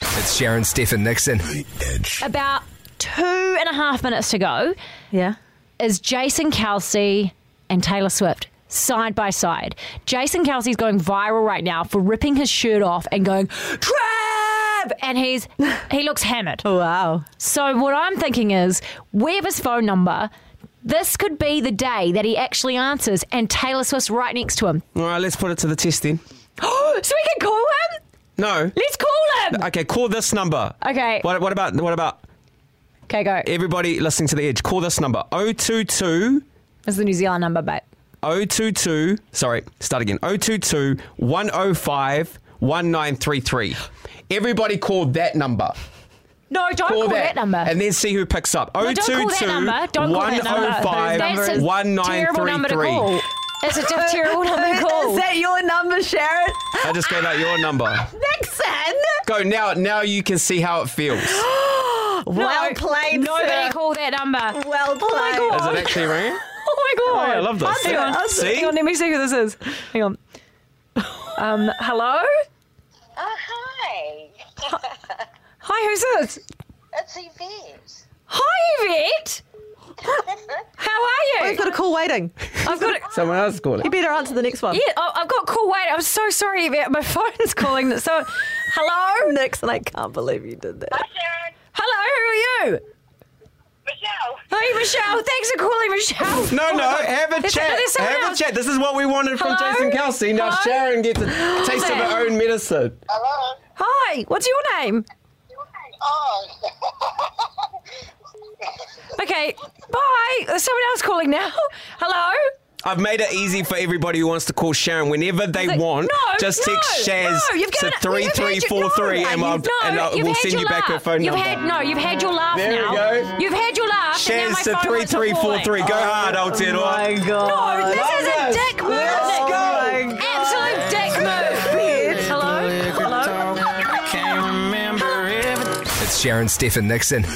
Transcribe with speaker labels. Speaker 1: It's Sharon Stephen Nixon.
Speaker 2: About two and a half minutes to go
Speaker 3: Yeah.
Speaker 2: is Jason Kelsey and Taylor Swift side by side. Jason Kelsey's going viral right now for ripping his shirt off and going, Trav! And he's he looks hammered.
Speaker 3: Oh, Wow.
Speaker 2: So what I'm thinking is, we have his phone number. This could be the day that he actually answers, and Taylor Swift's right next to him.
Speaker 4: All right, let's put it to the test then.
Speaker 2: so we can call him.
Speaker 4: No.
Speaker 2: Let's call him.
Speaker 4: Okay, call this number.
Speaker 2: Okay.
Speaker 4: What, what about what about
Speaker 2: Okay, go.
Speaker 4: everybody listening to the edge? Call this number 022
Speaker 2: It's the New Zealand number, babe.
Speaker 4: 022 sorry, start again. 022 105 1933. Everybody call that number.
Speaker 2: No, don't call, that. number.
Speaker 4: And then see who picks up.
Speaker 2: No, don't call that number. Don't call that number.
Speaker 4: 105
Speaker 2: That's a terrible number to
Speaker 4: 1933.
Speaker 2: call. It's a terrible number to call.
Speaker 3: Is that your number, Sharon?
Speaker 4: I just gave out your number.
Speaker 3: Nixon.
Speaker 4: Go now. Now you can see how it feels. Is
Speaker 2: No,
Speaker 3: well played,
Speaker 2: Nobody
Speaker 3: sir.
Speaker 2: call that number.
Speaker 3: Well played.
Speaker 2: God.
Speaker 4: it actually ringing?
Speaker 2: Oh my god!
Speaker 4: I love this.
Speaker 2: Hang on,
Speaker 3: I'll see.
Speaker 2: hang on. Let me see who this is. Hang on. Um, hello.
Speaker 5: Oh, hi.
Speaker 2: Hi, who's this?
Speaker 5: It's Yvette.
Speaker 2: Hi, Yvette. How are you?
Speaker 3: We've got a call waiting.
Speaker 2: I've got. A,
Speaker 4: Someone else calling.
Speaker 3: You better answer the next one.
Speaker 2: yeah, I- I've got call wait. I'm so sorry, Yvette. My phone's calling. So, hello,
Speaker 3: Nixon, I can't believe you did that.
Speaker 5: Sharon.
Speaker 2: hello. Who are you?
Speaker 5: Michelle.
Speaker 2: Hey, Michelle. Thanks for calling, Michelle.
Speaker 4: No, no, Oh have a
Speaker 2: There's-
Speaker 4: chat.
Speaker 2: there's someone
Speaker 4: Have a
Speaker 2: else.
Speaker 4: chat. This is what we wanted from
Speaker 2: Hello?
Speaker 4: Jason Kelsey. Now
Speaker 2: Hello?
Speaker 4: Sharon gets a taste of her own medicine.
Speaker 5: Hello.
Speaker 2: Hi. What's your name?
Speaker 5: Oh.
Speaker 2: Okay. Bye. There's someone else calling now. Hello.
Speaker 4: I've made it easy for everybody who wants to call Sharon whenever they
Speaker 2: Like,
Speaker 4: want.
Speaker 2: no,
Speaker 4: just text
Speaker 2: no,
Speaker 4: Shaz
Speaker 2: no, you've
Speaker 4: to
Speaker 2: given-
Speaker 4: three
Speaker 2: you've
Speaker 4: three
Speaker 2: had your-
Speaker 4: four three,
Speaker 2: no,
Speaker 4: and I'll,
Speaker 2: you've-
Speaker 4: and
Speaker 2: no,
Speaker 4: I'll,
Speaker 2: you've
Speaker 4: we'll
Speaker 2: had
Speaker 4: send
Speaker 2: your
Speaker 4: you back
Speaker 2: laugh.
Speaker 4: her phone
Speaker 2: you've
Speaker 4: number.
Speaker 2: Had, no, you've had your laugh
Speaker 4: There
Speaker 2: now.
Speaker 4: we go.
Speaker 2: You've had your laugh. and now my
Speaker 4: Shaz to
Speaker 2: phone
Speaker 4: three
Speaker 2: wants to
Speaker 4: three
Speaker 2: call
Speaker 4: four
Speaker 2: it.
Speaker 4: three. Go hard, old
Speaker 3: Oh my
Speaker 4: Tedor.
Speaker 3: god.
Speaker 2: No, this is a
Speaker 4: Love this.
Speaker 2: dick move.
Speaker 4: Let's
Speaker 2: Nick.
Speaker 4: go.
Speaker 3: my God.
Speaker 2: Absolute dick move. Hello. Hello.
Speaker 1: It's Sharon Stephen Nixon.